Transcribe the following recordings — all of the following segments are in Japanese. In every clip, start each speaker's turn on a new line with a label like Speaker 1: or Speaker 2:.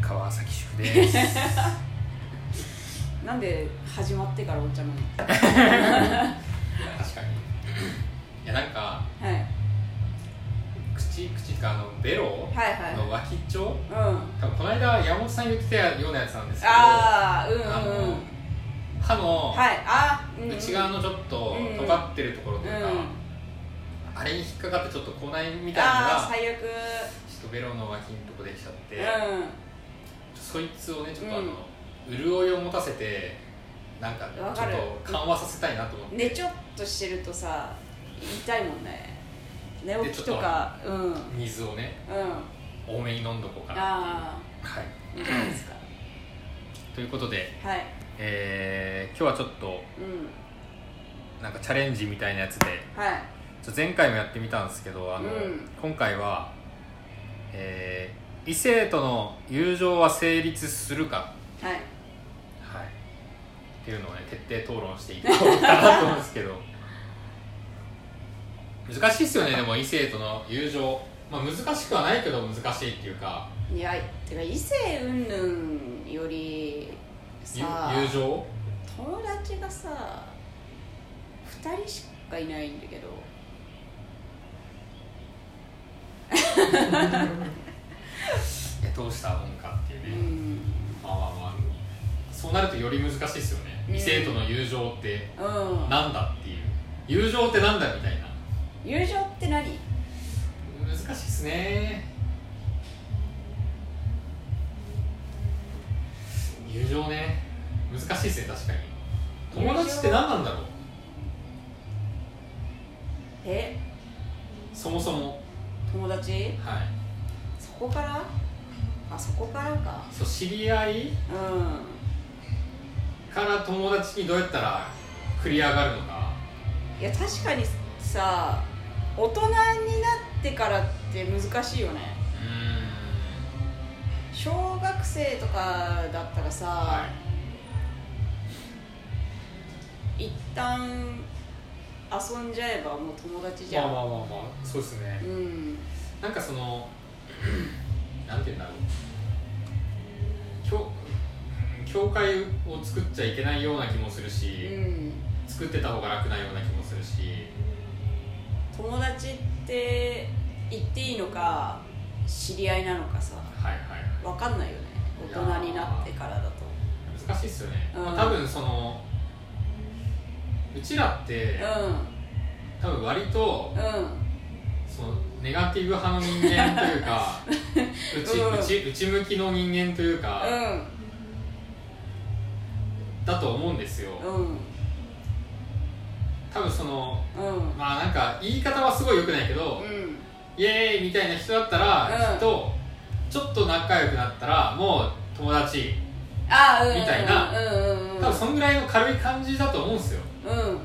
Speaker 1: 川崎主婦です
Speaker 2: なんで始まってからお茶飲むの
Speaker 3: 確かにいやなんか
Speaker 2: はい
Speaker 3: 口口かあのベロ
Speaker 2: はいはい
Speaker 3: の脇っちょ
Speaker 2: うん
Speaker 3: 多分この間山本さん言ってたようなやつなんですけど
Speaker 2: ああうん
Speaker 3: あ
Speaker 2: うんうん
Speaker 3: の歯の
Speaker 2: はいあーうんうん
Speaker 3: 内側のちょっと
Speaker 2: うん
Speaker 3: 尖ってるところ
Speaker 2: うん
Speaker 3: というか、あれに引っかかってちょっと口内みたいなの
Speaker 2: あー
Speaker 3: がちょ
Speaker 2: 最悪
Speaker 3: っとベロの脇のとこできちゃって、
Speaker 2: う
Speaker 3: そいつをねちょっとあ
Speaker 2: う
Speaker 3: の
Speaker 2: ん、
Speaker 3: 潤いを持たせてなんかちょ
Speaker 2: わ
Speaker 3: っ
Speaker 2: かる
Speaker 3: と緩和させたいなと思っ
Speaker 2: ん
Speaker 3: て、
Speaker 2: 寝ちょっとしてるとさ痛いもんね寝起きとかうんうん
Speaker 3: 水をね多めに飲んどこうかな
Speaker 2: あ
Speaker 3: はい
Speaker 2: あいいんじゃな いですか
Speaker 3: ということで、
Speaker 2: はい
Speaker 3: えー今日はちょっと
Speaker 2: うん
Speaker 3: なんかチャレンジみたいなやつで
Speaker 2: はい
Speaker 3: ちょっと前回もやってみたんですけどあの、
Speaker 2: うん
Speaker 3: 今回は、えー異性との友情は成立するか、
Speaker 2: はい
Speaker 3: はい、っていうのをね徹底討論していこうかなと思うんですけど 難しいっすよねでも異性との友情、まあ、難しくはないけど難しいっていうか
Speaker 2: いやてか異性云々より
Speaker 3: ゆ
Speaker 2: さ
Speaker 3: 友情
Speaker 2: 友達がさ2人しかいないんだけど
Speaker 3: いやどうしたもんかっていう
Speaker 2: う
Speaker 3: ね、
Speaker 2: ん
Speaker 3: まあまあまあそうなるとより難しいですよね、
Speaker 2: うん
Speaker 3: 異性との友情って
Speaker 2: うん
Speaker 3: なんだっていう友情ってなんだみたいな
Speaker 2: 友情って何
Speaker 3: 難しいですね友情ね難しいですね確かに友達って何なんだろう
Speaker 2: え
Speaker 3: そもそも
Speaker 2: 友達
Speaker 3: はい
Speaker 2: そこからあそこからか
Speaker 3: そう知り合い
Speaker 2: うん
Speaker 3: から友達にどうやったら繰り上がるのか
Speaker 2: いや確かにさ大人になってからって難しいよね
Speaker 3: うー
Speaker 2: 小学生とかだったらさ、
Speaker 3: んはい
Speaker 2: 一旦遊んじゃえばもう友達じゃ
Speaker 3: ま
Speaker 2: ん、
Speaker 3: あまあまあそうですね
Speaker 2: うん
Speaker 3: なんかそ のなんて言うんだろう教うん教会を作っちゃいけないような気もする
Speaker 2: う
Speaker 3: し、
Speaker 2: ん
Speaker 3: 作ってた方が楽なような気もするし
Speaker 2: 友達って言っていいのか知り合いなのかさ
Speaker 3: はいはいはい
Speaker 2: 分かんないよね大人になってからだと
Speaker 3: 難しいっすよね、
Speaker 2: うん
Speaker 3: まあ多分そのうちらって
Speaker 2: う
Speaker 3: 多分割と
Speaker 2: んうん
Speaker 3: そのネガティブ派の人間という かうち、
Speaker 2: うん
Speaker 3: うち内向きの人間というか、だと思うんですよ
Speaker 2: うんうん
Speaker 3: 多分その
Speaker 2: うん
Speaker 3: まあなんか言い方はすごい良くないけど、
Speaker 2: うん
Speaker 3: イエーイみたいな人だった
Speaker 2: う
Speaker 3: ら、
Speaker 2: ん
Speaker 3: きっとちょっと仲良くなったらもう友達
Speaker 2: ああうん
Speaker 3: みたいな
Speaker 2: うんうんうん
Speaker 3: 多分そんぐらいの軽い感じだと思うんですよ
Speaker 2: うん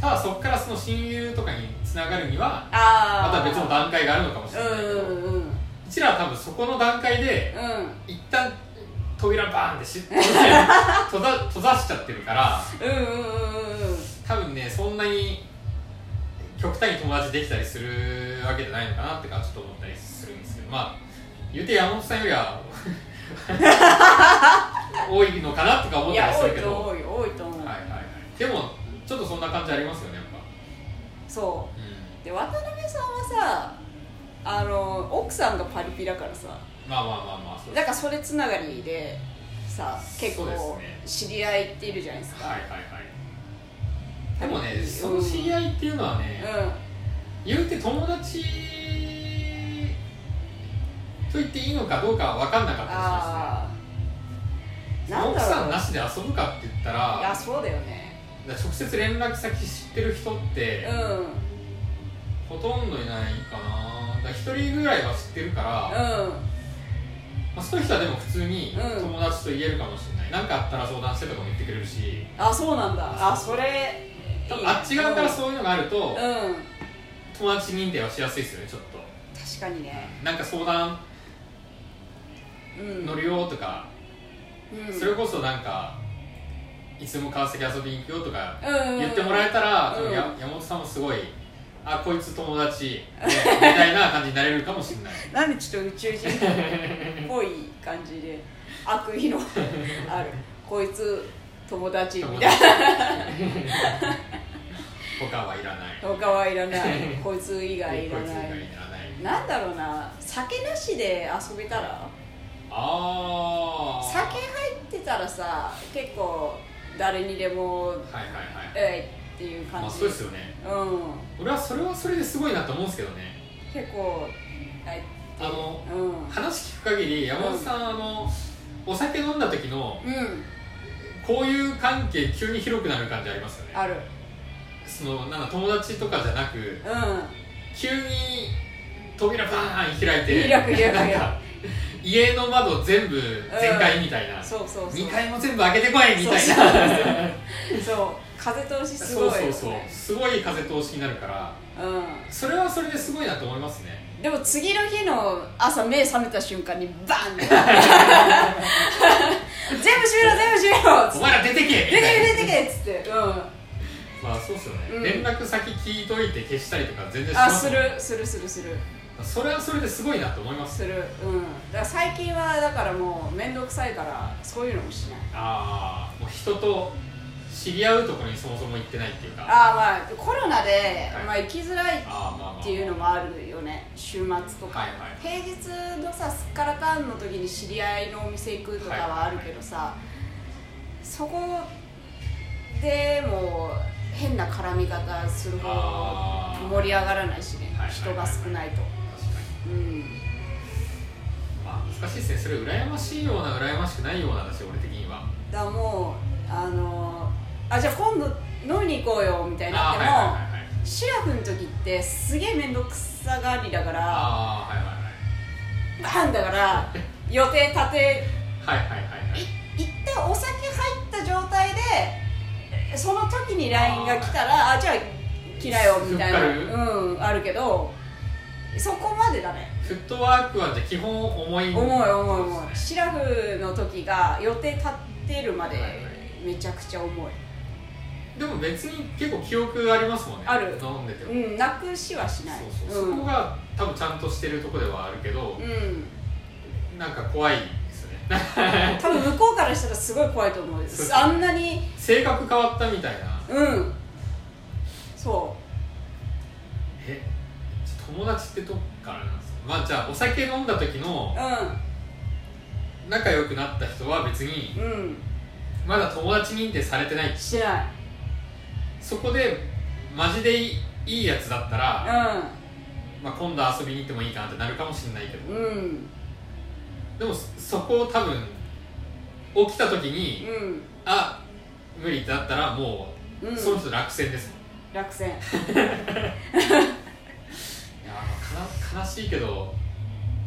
Speaker 3: ただそこからその親友とかにつながるにはま
Speaker 2: ああ
Speaker 3: た別の段階があるのかもしれないけど、
Speaker 2: うんうんうんうん
Speaker 3: うちらは多分そこの段階で一旦扉バーンってし 閉ざ閉ざしちゃってるから
Speaker 2: うんうんうんうんうん
Speaker 3: 多分ねそんなに極端に友達できたりするわけじゃないのかなってかちょっと思ったりするんですけどまあ言うて山本さんより は多いのかなとか思っ
Speaker 2: い
Speaker 3: た
Speaker 2: や
Speaker 3: りす
Speaker 2: 多
Speaker 3: る
Speaker 2: い
Speaker 3: け
Speaker 2: と
Speaker 3: ど
Speaker 2: 思
Speaker 3: は
Speaker 2: うよ多いと思う、
Speaker 3: いはいはいでもちょっとそんな感じありますよねやっぱ、
Speaker 2: そ
Speaker 3: うん
Speaker 2: うで渡辺さんはさあの奥さんがパリピだからさ
Speaker 3: まあまあまあまあそう
Speaker 2: だからそれつながりでさ結構
Speaker 3: そうで
Speaker 2: 知り合いっているじゃないですか
Speaker 3: はいはいはいでもねその知り合いっていうのはね、
Speaker 2: う
Speaker 3: 言うて友達と言っていいのかどうかは分かんなか
Speaker 2: ん
Speaker 3: った
Speaker 2: あ
Speaker 3: りしますねそ
Speaker 2: あ
Speaker 3: の
Speaker 2: なん
Speaker 3: 奥
Speaker 2: だ
Speaker 3: さ
Speaker 2: ろ
Speaker 3: ん
Speaker 2: う
Speaker 3: なしで遊ぶかって言ったら
Speaker 2: いやそうだよね
Speaker 3: だから直接連絡先知ってる人って
Speaker 2: うんうん
Speaker 3: ほとんどいないかなだから1人ぐらいは知ってるから、まあ、そういう人はでも普通に
Speaker 2: うん
Speaker 3: 友達と言えるかもしれない何、なん、かあったら相談してとかも言ってくれるし
Speaker 2: あそうなんだあそれ
Speaker 3: 多
Speaker 2: いい
Speaker 3: 分
Speaker 2: ね
Speaker 3: あっち側からそういうのがあると、
Speaker 2: うんうん
Speaker 3: 友達認定はしやすいですよねちょっと
Speaker 2: 確かにね
Speaker 3: なんか相談
Speaker 2: うん
Speaker 3: 乗るよとか、
Speaker 2: うん
Speaker 3: それこそなんか異いつも川崎遊びに行くよとか
Speaker 2: うん
Speaker 3: 言ってもらえたら、
Speaker 2: うん
Speaker 3: や山本さんもすごいあこいつ友達、ねみたいな感じになれるかもしれない
Speaker 2: なんでちょっと宇宙人っぽい感じで 悪意のあるこいつ友達み
Speaker 3: 友
Speaker 2: たい
Speaker 3: 達 他はいらない
Speaker 2: な他はいらない こいつ以外いら
Speaker 3: こいつ以
Speaker 2: な
Speaker 3: 外いら
Speaker 2: い
Speaker 3: ない
Speaker 2: なんだろうな酒なしで遊べたら
Speaker 3: ああ
Speaker 2: 酒入ってたらさ結構誰にでも
Speaker 3: はいはいはい
Speaker 2: えいっていう感じ、
Speaker 3: まあそうですよね
Speaker 2: うん
Speaker 3: 俺はそれはそれですごいなと思うんですけどね
Speaker 2: 結構え
Speaker 3: あの
Speaker 2: うん
Speaker 3: 話聞く限り山本さん、あのお酒飲んだ時の
Speaker 2: うん
Speaker 3: こういう関係急に広くなる感じありますよね
Speaker 2: ある
Speaker 3: そのなんか友達とかじゃなく
Speaker 2: う
Speaker 3: 急に扉バーン開いて
Speaker 2: 開く開く
Speaker 3: なんか家の窓全部全開みたいな、
Speaker 2: んそうそうそう
Speaker 3: 2階も全部開けてこいみたいな
Speaker 2: そうそう風通しすごいよね、
Speaker 3: そうそうそうすごい風通しになるから
Speaker 2: う
Speaker 3: それはそれですごいなと思いますね
Speaker 2: ん、でも次の日の朝目覚めた瞬間にバ ン全部閉めろ全部閉め
Speaker 3: お
Speaker 2: ろつって
Speaker 3: 前ら出てけみ
Speaker 2: 出て
Speaker 3: たいな
Speaker 2: け出てけっつってう
Speaker 3: まあそうっすよね、
Speaker 2: うん
Speaker 3: 連絡先聞いといて消したりとか全然
Speaker 2: ん
Speaker 3: し
Speaker 2: あ
Speaker 3: ますも
Speaker 2: す
Speaker 3: ん
Speaker 2: るするするする
Speaker 3: それはそれですごいなと思います
Speaker 2: するうんだから最近はだからもう面倒くさいからそういうのもしない
Speaker 3: ああもう人と知り合うところにそもそも行ってないっていうかあ
Speaker 2: ああまあコロナで、
Speaker 3: はい
Speaker 2: まあ、行きづらいっ
Speaker 3: あーまあまあ
Speaker 2: ていうのもあるよね週末とか、
Speaker 3: はいは
Speaker 2: 平日のさすっからかんの時に知り合いのお店行くとかはあるけどさ、そこでも変な絡み方する
Speaker 3: あ
Speaker 2: 方
Speaker 3: ー
Speaker 2: 盛り上がらないしね、
Speaker 3: はいはいはい
Speaker 2: 人が少ないと、
Speaker 3: 確かに
Speaker 2: うん、
Speaker 3: まあ難しいですねそれ羨ましいような羨ましくないようなですよ俺的には
Speaker 2: だからもうあのあじゃあ今度飲みに行こうよみたいになっ
Speaker 3: あー
Speaker 2: ても、
Speaker 3: はいはいはいはい
Speaker 2: シラフの時ってすげえ面倒くさがりだから
Speaker 3: ああはいはいはい
Speaker 2: バンだから予定立て
Speaker 3: はいはいはいはい
Speaker 2: い一旦お酒入った状態でえその時に LINE が来たらあじゃあ来なよみたいな
Speaker 3: ふっか
Speaker 2: うんあるけどそこまでだね
Speaker 3: フットワークはじゃあ基本重い
Speaker 2: 重い重い重い
Speaker 3: そうですね
Speaker 2: シラフの時が予定立ってるまで
Speaker 3: はいはい
Speaker 2: めちゃくちゃ重い
Speaker 3: でも別に結構記憶ありますもんね
Speaker 2: ある
Speaker 3: 飲んでても、
Speaker 2: うんなくしはしない
Speaker 3: そうそう、
Speaker 2: うん
Speaker 3: そこが多分ちゃんとしてるとこではあるけど、
Speaker 2: うん
Speaker 3: なんか怖いですねなんか
Speaker 2: 多分向こうからしたらすごい怖いと思う
Speaker 3: そう
Speaker 2: あんなに
Speaker 3: 性格変わったみたいな
Speaker 2: うんそ
Speaker 3: え友達ってどっからなんですかまあじゃあお酒飲んだ時の
Speaker 2: う
Speaker 3: 仲良くなった人は別に
Speaker 2: うんうん
Speaker 3: まだ友達認定されてない
Speaker 2: してない
Speaker 3: そこでマジでいいいいやつだったら、まあ、今度遊びに行ってもいいかなってなるかもしれないけど
Speaker 2: うんうん
Speaker 3: でもそそこを多分起きた時に、
Speaker 2: うん
Speaker 3: あ無理だったらもう、
Speaker 2: うん
Speaker 3: その人落選ですもん
Speaker 2: 落選
Speaker 3: いやーかな悲しいけど、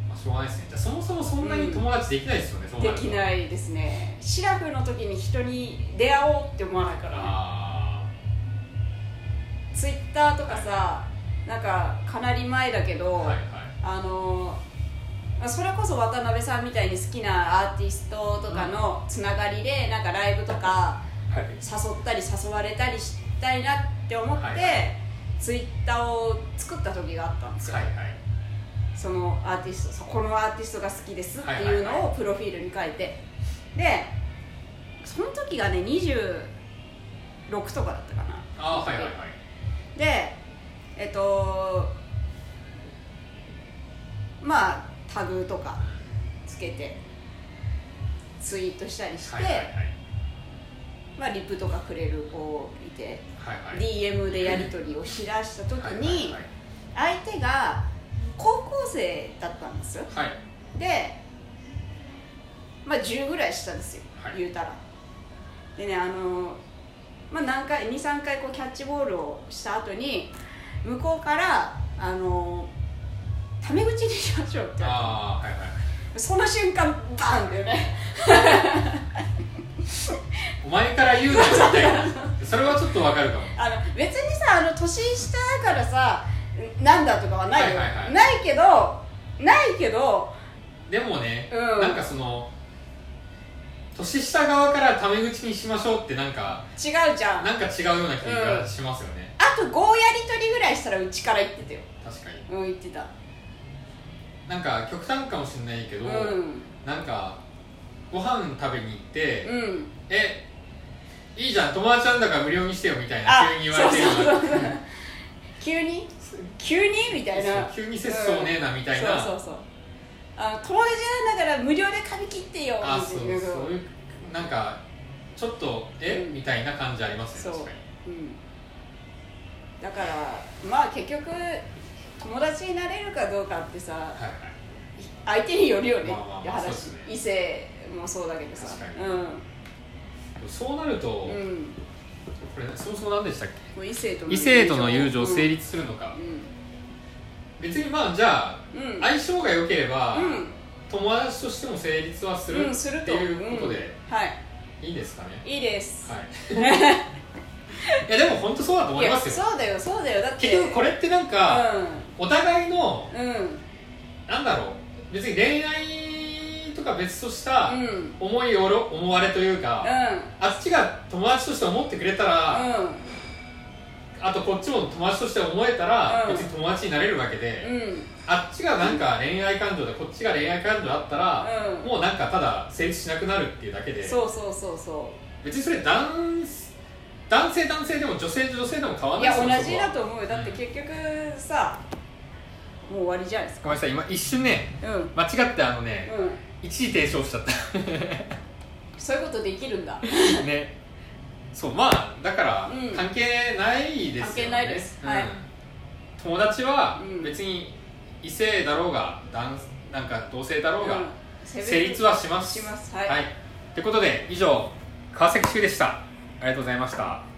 Speaker 3: まあ、しょうがないですねじゃあそもそもそんなに友達できないですよね、そう
Speaker 2: で
Speaker 3: ると
Speaker 2: きないですねシラフの時に人に出会おうって思わないから
Speaker 3: あ
Speaker 2: ツイッターとかさなんかかなり前だけど、
Speaker 3: あはいはい
Speaker 2: あのまあそれこそ渡辺さんみたいに好きなアーティストとかのつながりでなんかライブとか
Speaker 3: はい
Speaker 2: 誘ったり誘われたりしたいなって思って、
Speaker 3: はいは
Speaker 2: ツイッターを作った時があったんですよ、
Speaker 3: はいはい
Speaker 2: そのアーティストそこのアーティストが好きですっていう
Speaker 3: はいはい
Speaker 2: のをプロフィールに書いてでその時がね26とかだったかな
Speaker 3: あーはいはいはい
Speaker 2: でえっとまあタグとかつけてツイートしたりして、
Speaker 3: はいはいはい
Speaker 2: まあ、リプとかくれる子いて、
Speaker 3: はいはい
Speaker 2: DM でやり取りをしだした時に
Speaker 3: はい
Speaker 2: 相手が高校生だったんですよ
Speaker 3: はいはい
Speaker 2: でまあ10ぐらいしたんですよ、
Speaker 3: はい
Speaker 2: 言うたらでねあのまあ何回23回こうキャッチボールをした後に向こうからあのタメ口にしましょうって言わ
Speaker 3: ああはいはい
Speaker 2: れてその瞬間バンだよね
Speaker 3: お前から言うなよみたいなそれはちょっとわかるかも
Speaker 2: あの別にさあの年下だからさなんだとかはないよ、
Speaker 3: はいはいはい
Speaker 2: ないけどないけど
Speaker 3: でもね、
Speaker 2: うん
Speaker 3: なんかその年下側からタメ口にしましょうってなんか
Speaker 2: 違うじゃんあ
Speaker 3: なんか違うような気がしますよね、
Speaker 2: と5やり取りぐらいしたらうちから言ってたよ
Speaker 3: 確かに
Speaker 2: うん言ってた
Speaker 3: なんか極端かもしれないけ
Speaker 2: う
Speaker 3: ど、
Speaker 2: ん
Speaker 3: なんかご飯食べに行って、
Speaker 2: うん
Speaker 3: えいいじゃん友達なんだから無料にしてよみたい
Speaker 2: あ
Speaker 3: な急に言われてるよう
Speaker 2: そうそうそう急に急にみたい
Speaker 3: な
Speaker 2: な
Speaker 3: そう急に節操ねえなみたいな、
Speaker 2: そうそうそうあの友達なんだから無料で髪切ってよ
Speaker 3: あ
Speaker 2: み
Speaker 3: そう
Speaker 2: た
Speaker 3: そ
Speaker 2: いな
Speaker 3: ういうなんかちょっとえ、
Speaker 2: うん
Speaker 3: みたいな感じありますね
Speaker 2: そ
Speaker 3: 確
Speaker 2: う
Speaker 3: かに
Speaker 2: うんだからまあ結局友達になれるかどうかってさ
Speaker 3: はいはい
Speaker 2: 相手によるよね
Speaker 3: まあまあまあ
Speaker 2: って話
Speaker 3: そうですね
Speaker 2: 異性もそうだけどさ
Speaker 3: 確か
Speaker 2: う
Speaker 3: でもそうなると、
Speaker 2: ん、うん、
Speaker 3: これそもそも何でしたっけ
Speaker 2: もう異性との
Speaker 3: 異性との友情
Speaker 2: うん
Speaker 3: 成立するのか
Speaker 2: う、ん
Speaker 3: 別にまあじゃあ
Speaker 2: うん
Speaker 3: 相性が良ければ、
Speaker 2: うん
Speaker 3: 友達としても成立はする
Speaker 2: うんする
Speaker 3: って
Speaker 2: と思
Speaker 3: いうことで
Speaker 2: うんはい
Speaker 3: いいですかね、
Speaker 2: いいです、
Speaker 3: はい、いやでも本当そうだと思います
Speaker 2: いや
Speaker 3: よ
Speaker 2: そうだよそうだよだって
Speaker 3: 結局これってなんか、お互いの
Speaker 2: うんうん
Speaker 3: なんだろう別に恋愛とか別とした
Speaker 2: うんうん
Speaker 3: 思いおろ思われというか、あっちが友達として思ってくれたら、あとこっちも友達として思えたら、
Speaker 2: うん
Speaker 3: 別に友達になれるわけで、
Speaker 2: うんうん
Speaker 3: あっちがなんか恋愛感情でこっちが恋愛感情あったら、
Speaker 2: うん
Speaker 3: もうなんかただ成立しなくなるっていうだけで
Speaker 2: そうそうそうそ
Speaker 3: 別にそれ男男性男性でも女性女性でも変わ
Speaker 2: うい
Speaker 3: ら
Speaker 2: や
Speaker 3: ない
Speaker 2: 同
Speaker 3: です
Speaker 2: じだ
Speaker 3: そこと
Speaker 2: 思うよだって結局さもう終わりじゃないです
Speaker 3: はご
Speaker 2: か
Speaker 3: めんなさい今一瞬ね
Speaker 2: うんうん
Speaker 3: 間違ってあのね、一時提唱しちゃった
Speaker 2: そういうことできるんだ
Speaker 3: ねそうまあだから
Speaker 2: うん
Speaker 3: 関係ないですよね
Speaker 2: 関係ないです
Speaker 3: うん
Speaker 2: はい
Speaker 3: 友達は
Speaker 2: うん
Speaker 3: 別に異性だろうが男なんか同性だろうが、
Speaker 2: うん
Speaker 3: 成立はします
Speaker 2: しますはい
Speaker 3: はい、ってことで以上川崎修でしたありがとうございました